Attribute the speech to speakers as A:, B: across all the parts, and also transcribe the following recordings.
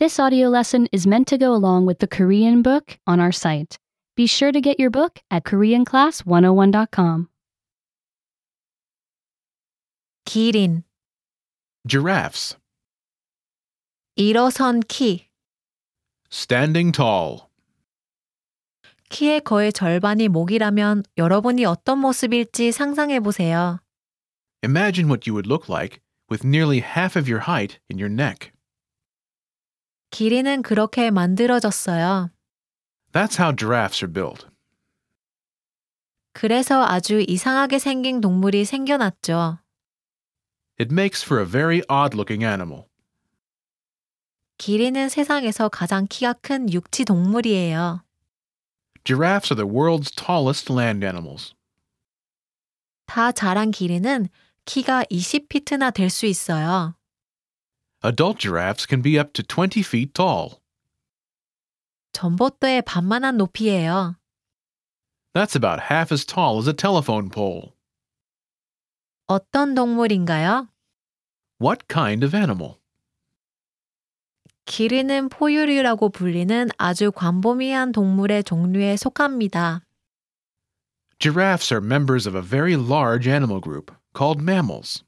A: This audio lesson is meant to go along with the Korean book on our site. Be sure to get your book at KoreanClass101.com.
B: 기린,
C: Giraffes.
B: 일어선 키.
C: Standing tall.
B: 키의 거의 절반이 목이라면 여러분이 어떤 모습일지 상상해 보세요.
C: Imagine what you would look like with nearly half of your height in your neck.
B: 기린은 그렇게 만들어졌어요.
C: That's how giraffes are built.
B: 그래서 아주 이상하게 생긴 동물이 생겨났죠.
C: It makes for a very odd looking animal.
B: 기린은 세상에서 가장 키가 큰 육지 동물이에요.
C: Giraffes are the world's tallest land animals.
B: 다 자란 기린은 키가 20피트나 될 수 있어요.
C: Adult giraffes can be up to 20 feet tall.
B: 전봇대의 반만한 높이예요.
C: That's about half as tall as a telephone pole.
B: 어떤 동물인가요?
C: What kind of animal?
B: 기린은 포유류라고 불리는 아주 광범위한 동물의 종류에 속합니다.
C: Giraffes are members of a very large animal group called mammals.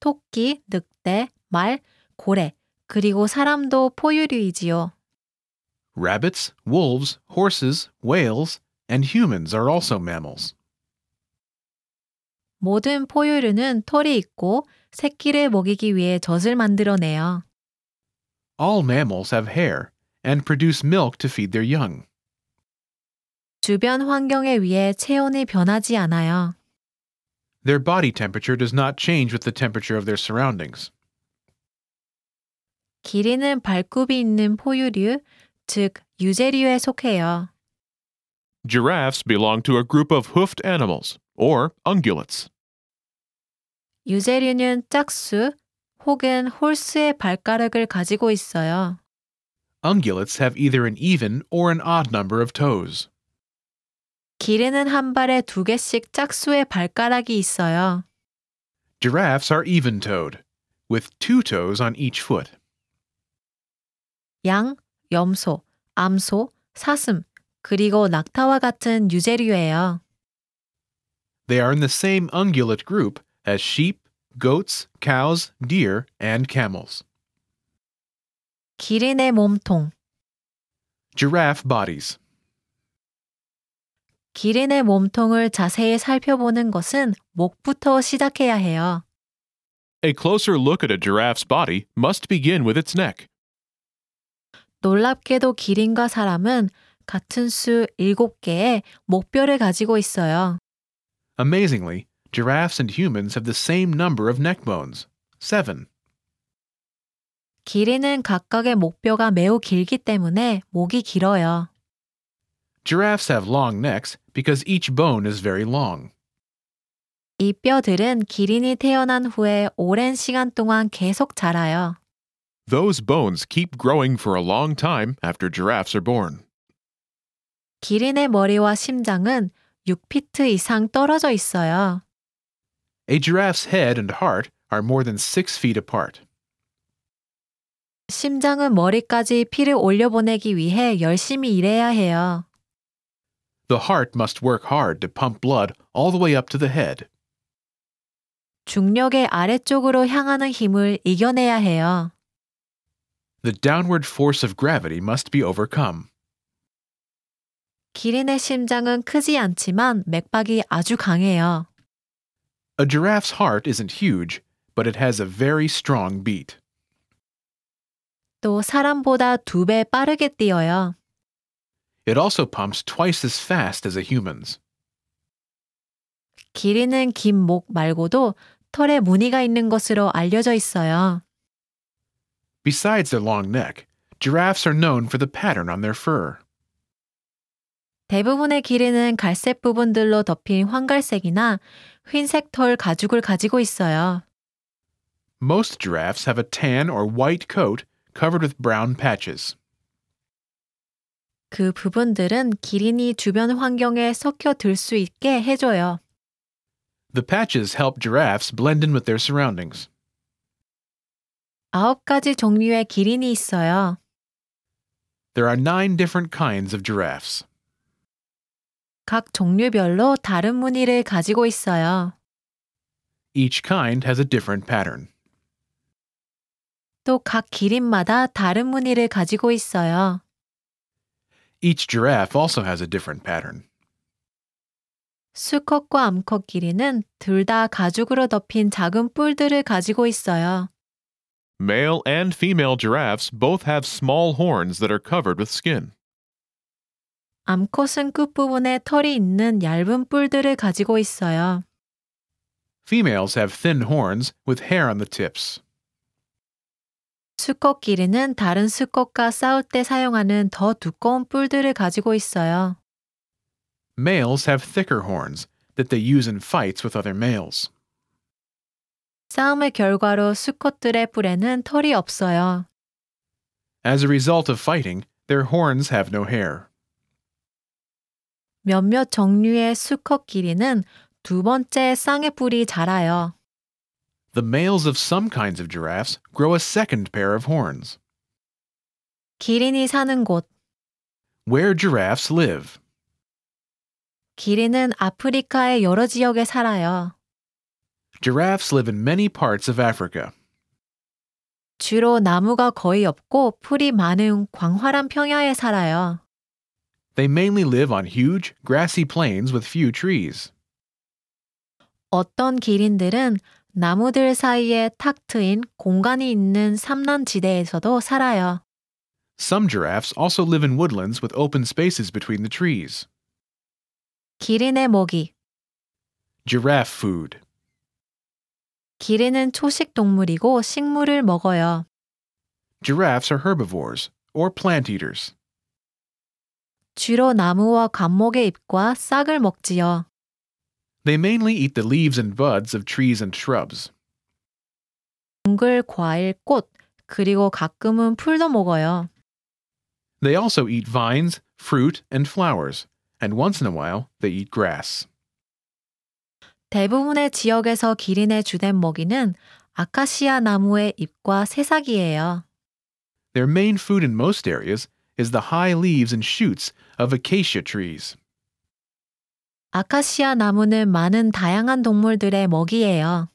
B: 토끼, 늑대, 말, 고래, 그리고 사람도 포유류이지요.
C: Rabbits, wolves, horses, whales, and humans are also mammals.
B: 모든 포유류는 털이 있고 새끼를 먹이기 위해 젖을 만들어내요.
C: All mammals have hair and produce milk to feed their young.
B: 주변 환경에 의해 체온이 변하지 않아요.
C: Their body temperature does not change with the temperature of their surroundings.
B: 기린은 발굽이 있는 포유류, 즉 유제류에 속해요.
C: Giraffes belong to a group of hoofed animals, or ungulates.
B: 유제류는 짝수 혹은 홀수의 발가락을 가지고 있어요.
C: Ungulates have either an even or an odd number of toes.
B: 기린은 한 발에 두 개씩 짝수의 발가락이 있어요.
C: Giraffes are even toed, with two toes on each foot.
B: 양, 염소, 암소, 사슴, 그리고 낙타와 같은 유제류예요.
C: They are in the same ungulate group as sheep, goats, cows, deer, and camels.
B: 기린의 몸통.
C: Giraffe bodies.
B: 기린의 몸통을 자세히 살펴보는 것은 목부터 시작해야 해요.
C: A closer look at a giraffe's body must begin with its neck.
B: 놀랍게도 기린과 사람은 같은 수 7개의 목뼈를 가지고 있어요.
C: Amazingly, giraffes and humans have the same number of neck bones seven.
B: 기린은 각각의 목뼈가 매우 길기 때문에 목이 길어요.
C: Giraffes have long necks because each bone is very long.
B: 이 뼈들은 기린이 태어난 후에 오랜 시간 동안 계속 자라요.
C: Those bones keep growing for a long time after giraffes are born.
B: 기린의 머리와 심장은 6피트 이상 떨어져 있어요.
C: A giraffe's head and heart are more than six feet apart.
B: 심장은 머리까지 피를 올려보내기 위해 열심히 일해야 해요.
C: The heart must work hard to pump blood all the way up to the head.
B: 중력의 아래쪽으로 향하는 힘을 이겨내야 해요.
C: The downward force of gravity must be overcome.
B: 기린의 심장은 크지 않지만 맥박이 아주 강해요.
C: A giraffe's heart isn't huge, but it has a very strong beat.
B: 또 사람보다 두 배 빠르게 뛰어요.
C: It also pumps twice as fast as a human's.
B: 기린은 긴 목 말고도 털에 무늬가 있는 것으로 알려져 있어요.
C: Besides their long neck, giraffes are known for the pattern on their fur.
B: 대부분의 기린은 갈색 부분들로 덮인 황갈색이나 흰색 털 가죽을 가지고 있어요.
C: Most giraffes have a tan or white coat covered with brown patches.
B: 그 부분들은 기린이 주변 환경에 섞여 들 수 있게 해줘요.
C: The patches help giraffes blend in with their surroundings.
B: 아홉 가지 종류의 기린이 있어요.
C: There are nine different kinds of giraffes.
B: 각 종류별로 다른 무늬를 가지고 있어요.
C: Each kind has a different pattern.
B: 또 각 기린마다 다른 무늬를 가지고 있어요.
C: Each giraffe also has a different pattern.
B: 수컷과 암컷 기린은 둘 다 가죽으로 덮인 작은 뿔들을 가지고 있어요.
D: Male and female giraffes both have small horns that are covered with skin.
B: 암컷은 끝부분에 털이 있는 얇은 뿔들을 가지고 있어요.
C: Females have thin horns with hair on the tips.
B: 수컷 기린은 다른 수컷과 싸울 때 사용하는 더 두꺼운 뿔들을 가지고 있어요.
C: Males have thicker horns that they use in fights with other males.
B: 싸움의 결과로 수컷들의 뿔에는 털이 없어요.
C: As a result of fighting, their horns have no hair.
B: 몇몇 종류의 수컷 기린은 두 번째 쌍의 뿔이 자라요.
C: The males of some kinds of giraffes grow a second pair of horns.
B: 기린이 사는 곳.
C: Where giraffes live,
B: 기린은 아프리카의 여러 지역에 살아요.
C: giraffes live in many parts of Africa.
B: 주로 나무가 거의 없고 풀이 많은 광활한 평야에 살아요.
C: They mainly live on huge, grassy plains with few trees.
B: 어떤 기린들은 나무들 사이에 탁 트인 공간이 있는 삼란 지대에서도 살아요.
C: Some giraffes also live in woodlands with open spaces between the trees.
B: 기린의 먹이.
C: Giraffe food.
B: 기린은 초식 동물이고 식물을 먹어요.
C: Giraffes are herbivores, or plant eaters.
B: 주로 나무와 감목의 잎과 싹을 먹지요.
C: They mainly eat the leaves and buds of trees and shrubs.
B: 동글, 과일, 꽃, 그리고 가끔은 풀도 먹어요.
C: They also eat vines, fruit, and flowers, and once in a while they eat grass.
B: 대부분의 지역에서 기린의 주된 먹이는 아카시아 나무의 잎과 새싹이에요.
C: Their main food in most areas is the high leaves and shoots of acacia trees.
B: 아카시아 나무는 많은 다양한 동물들의 먹이예요.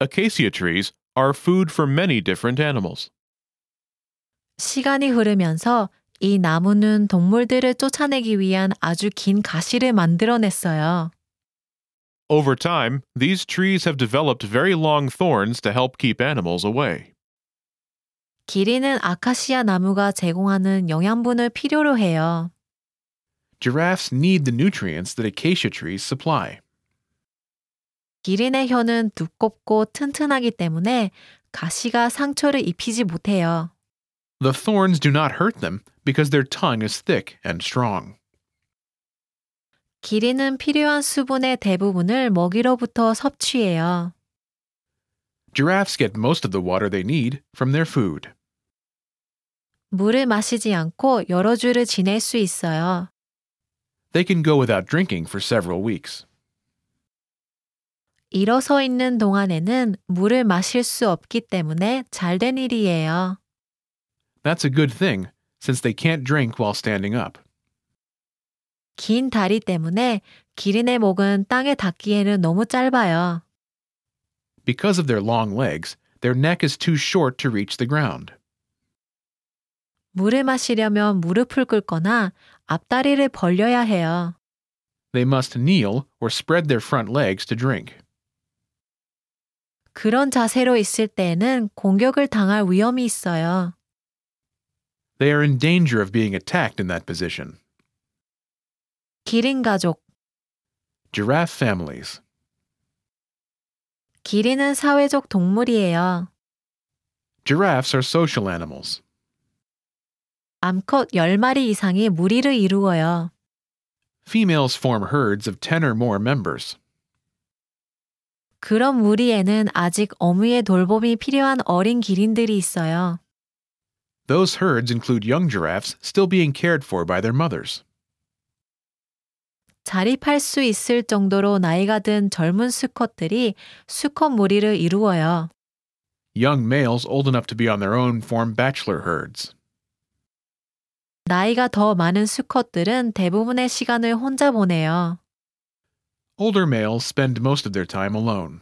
D: Acacia trees are food for many different animals.
B: 시간이 흐르면서 이 나무는 동물들을 쫓아내기 위한 아주 긴 가시를 만들어냈어요.
D: Over time, these trees have developed very long thorns to help keep animals away.
B: 기린은 아카시아 나무가 제공하는 영양분을 필요로 해요.
C: Giraffes need the nutrients that acacia trees supply.
B: 기린의 혀는 두껍고 튼튼하기 때문에 가시가 상처를 입히지 못해요.
C: The thorns do not hurt them because their tongue is thick and strong.
B: 기린은 필요한 수분의 대부분을 먹이로부터 섭취해요.
C: Giraffes get most of the water they need from their food.
B: 물을 마시지 않고 여러 주를 지낼 수 있어요.
C: They can go without drinking for several weeks.
B: 일어서 있는 동안에는 물을 마실 수 없기 때문에 잘 된 일이에요.
C: That's a good thing, since they can't drink while standing up.
B: 긴 다리 때문에 기린의 목은 땅에 닿기에는 너무 짧아요.
C: Because of their long legs, their neck is too short to reach the ground.
B: 물을 마시려면 무릎을 꿇거나 앞다리를 벌려야 해요.
C: They must kneel or spread their front legs to drink.
B: 그런 자세로 있을 때에는 공격을 당할 위험이 있어요.
C: They are in danger of being attacked in that position.
B: 기린 가족
C: Giraffe families.
B: 기린은 사회적 동물이에요.
C: Giraffes are social animals.
B: 암컷 10마리 이상이 무리를 이루어요.
C: Females form herds of 10 or more members.
B: 그런 무리에는 아직 어미의 돌봄이 필요한 어린 기린들이 있어요.
C: Those herds include young giraffes still being cared for by their mothers.
B: 자립할 수 있을 정도로 나이가 든 젊은 수컷들이 수컷 무리를 이루어요.
C: Young males old enough to be on their own form bachelor herds.
B: 나이가 더 많은 수컷들은 대부분의 시간을 혼자 보내요.
C: Older males spend most of their time alone.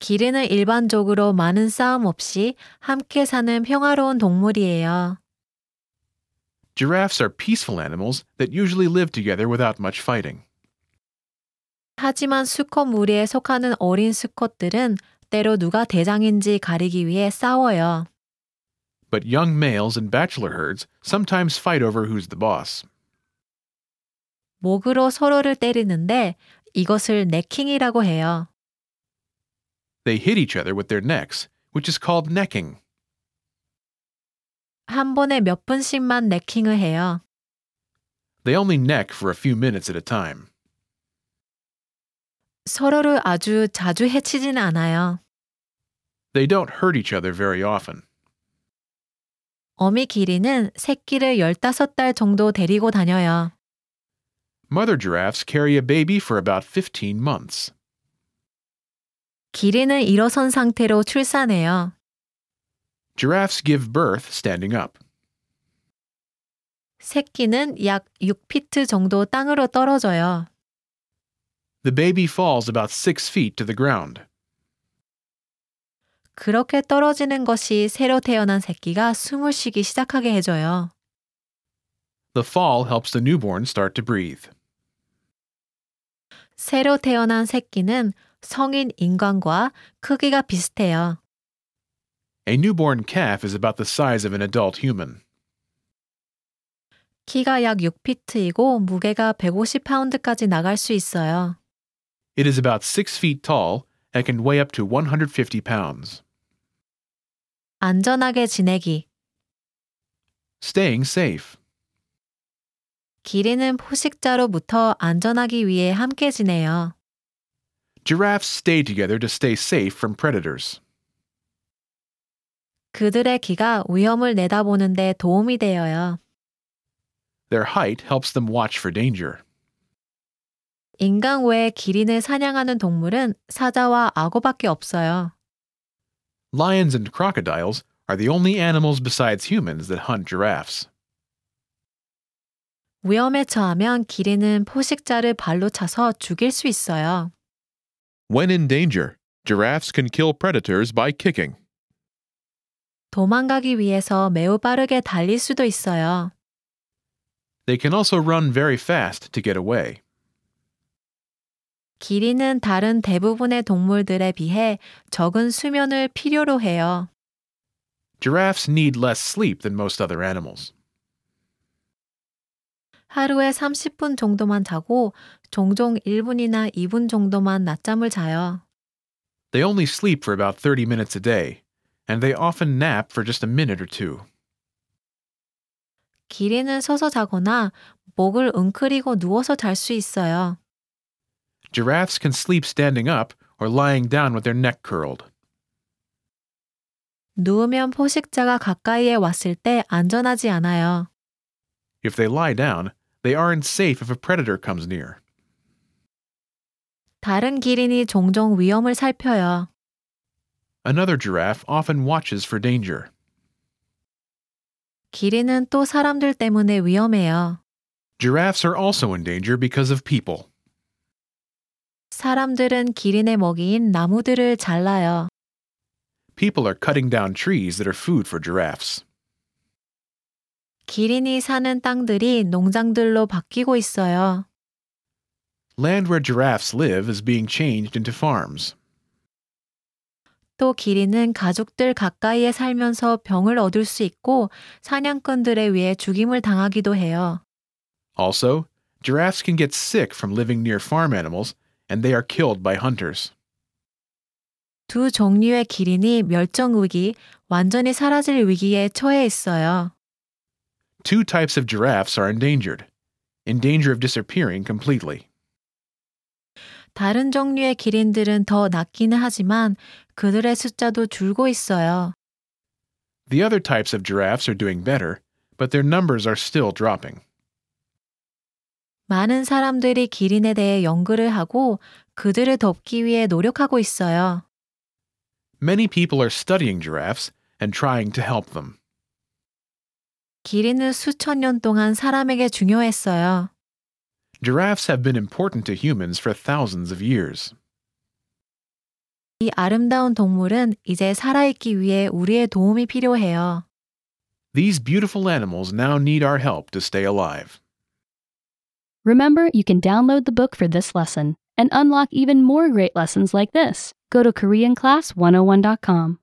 B: 기린은 일반적으로 많은 싸움 없이 함께 사는 평화로운 동물이에요.
C: Giraffes are peaceful animals that usually live together without much fighting.
B: 하지만 수컷 무리에 속하는 어린 수컷들은 때로 누가 대장인지 가리기 위해 싸워요.
C: But young males in bachelor herds sometimes fight over who's the boss.
B: 목으로 서로를 때리는데 이것을 네킹이라고 해요.
C: They hit each other with their necks, which is called necking.
B: 한 번에 몇 분씩만 네킹을 해요.
C: They only neck for a few minutes at a time.
B: 서로를 아주 자주 해치진 않아요.
C: They don't hurt each other very often.
B: 어미 기린은 새끼를 15달 정도 데리고 다녀요.
C: Mother giraffes carry a baby for about 15 months.
B: 기린은 일어선 상태로 출산해요.
C: Giraffes give birth standing up.
B: 새끼는 약 6피트 정도 땅으로 떨어져요.
C: The baby falls about six feet to the ground.
B: 그렇게 떨어지는 것이 새로 태어난 새끼가 숨을 쉬기 시작하게 해줘요.
C: The fall helps the newborn start to breathe.
B: 새로 태어난 새끼는 성인 인간과 크기가 비슷해요.
C: A newborn calf is about the size of an adult human.
B: 키가 약 6피트이고 무게가 150파운드까지 나갈 수 있어요.
C: It is about six feet tall and can weigh up to 150 pounds.
B: 안전하게 지내기.
C: Staying safe.
B: 기린은 포식자로부터 안전하기 위해 함께 지내요.
C: Giraffes stay together to stay safe from predators.
B: 그들의 키가 위험을 내다보는데 도움이 되어요.
C: Their height helps them watch for danger.
B: 인간 외에 기린을 사냥하는 동물은 사자와 악어밖에 없어요.
C: Lions and crocodiles are the only animals besides humans that hunt giraffes.
B: 위험에 처하면 기린은 포식자를 발로 차서 죽일 수 있어요.
D: When in danger, giraffes can kill predators by kicking.
B: 도망가기 위해서 매우 빠르게 달릴 수도 있어요.
C: They can also run very fast to get away.
B: 기린은 다른 대부분의 동물들에 비해 적은 수면을 필요로 해요.
C: Giraffes need less sleep than most other animals.
B: 하루에 30분 정도만 자고 종종 1분이나 2분 정도만 낮잠을 자요.
C: They only sleep for about 30 minutes a day, and they often nap for just a minute or two.
B: 기린은 서서 자거나 목을 웅크리고 누워서 잘 수 있어요.
C: Giraffes can sleep standing up or lying down with their neck curled.
B: 누우면 포식자가 가까이에 왔을 때 안전하지 않아요.
C: If they lie down, they aren't safe if a predator comes near.
B: 다른 기린이 종종 위험을 살펴요.
C: Another giraffe often watches for danger.
B: 기린은 또 사람들 때문에 위험해요.
C: Giraffes are also in danger because of people.
B: 사람들은 기린의 먹이인 나무들을 잘라요.
C: People are cutting down trees that are food for giraffes.
B: 기린이 사는 땅들이 농장들로 바뀌고 있어요.
C: Land where giraffes live is being changed into farms.
B: 또 기린은 가족들 가까이에 살면서 병을 얻을 수 있고 사냥꾼들에 의해 죽임을 당하기도 해요.
C: Also, giraffes can get sick from living near farm animals, and they are killed by hunters.
B: 두 종류의 기린이 멸종 위기, 완전히 사라질 위기에 처해 있어요.
C: Two types of giraffes are endangered, in danger of disappearing completely.
B: 다른 종류의 기린들은 더 낫기는 하지만 그들의 숫자도 줄고 있어요.
C: The other types of giraffes are doing better, but their numbers are still dropping.
B: 많은 사람들이 기린에 대해 연구를 하고 그들을 돕기 위해 노력하고 있어요.
C: Many people are studying giraffes and trying to help them.
B: 길이는 수천 년 동안 사람에게 중요했어요.
C: Giraffes have been important to humans for thousands of years.
B: 이 아름다운 동물은 이제 살아있기 위해 우리의 도움이 필요해요.
C: These beautiful animals now need our help to stay alive.
A: Remember, you can download the book for this oh lesson and unlock even more great lessons like this. Go to KoreanClass101.com.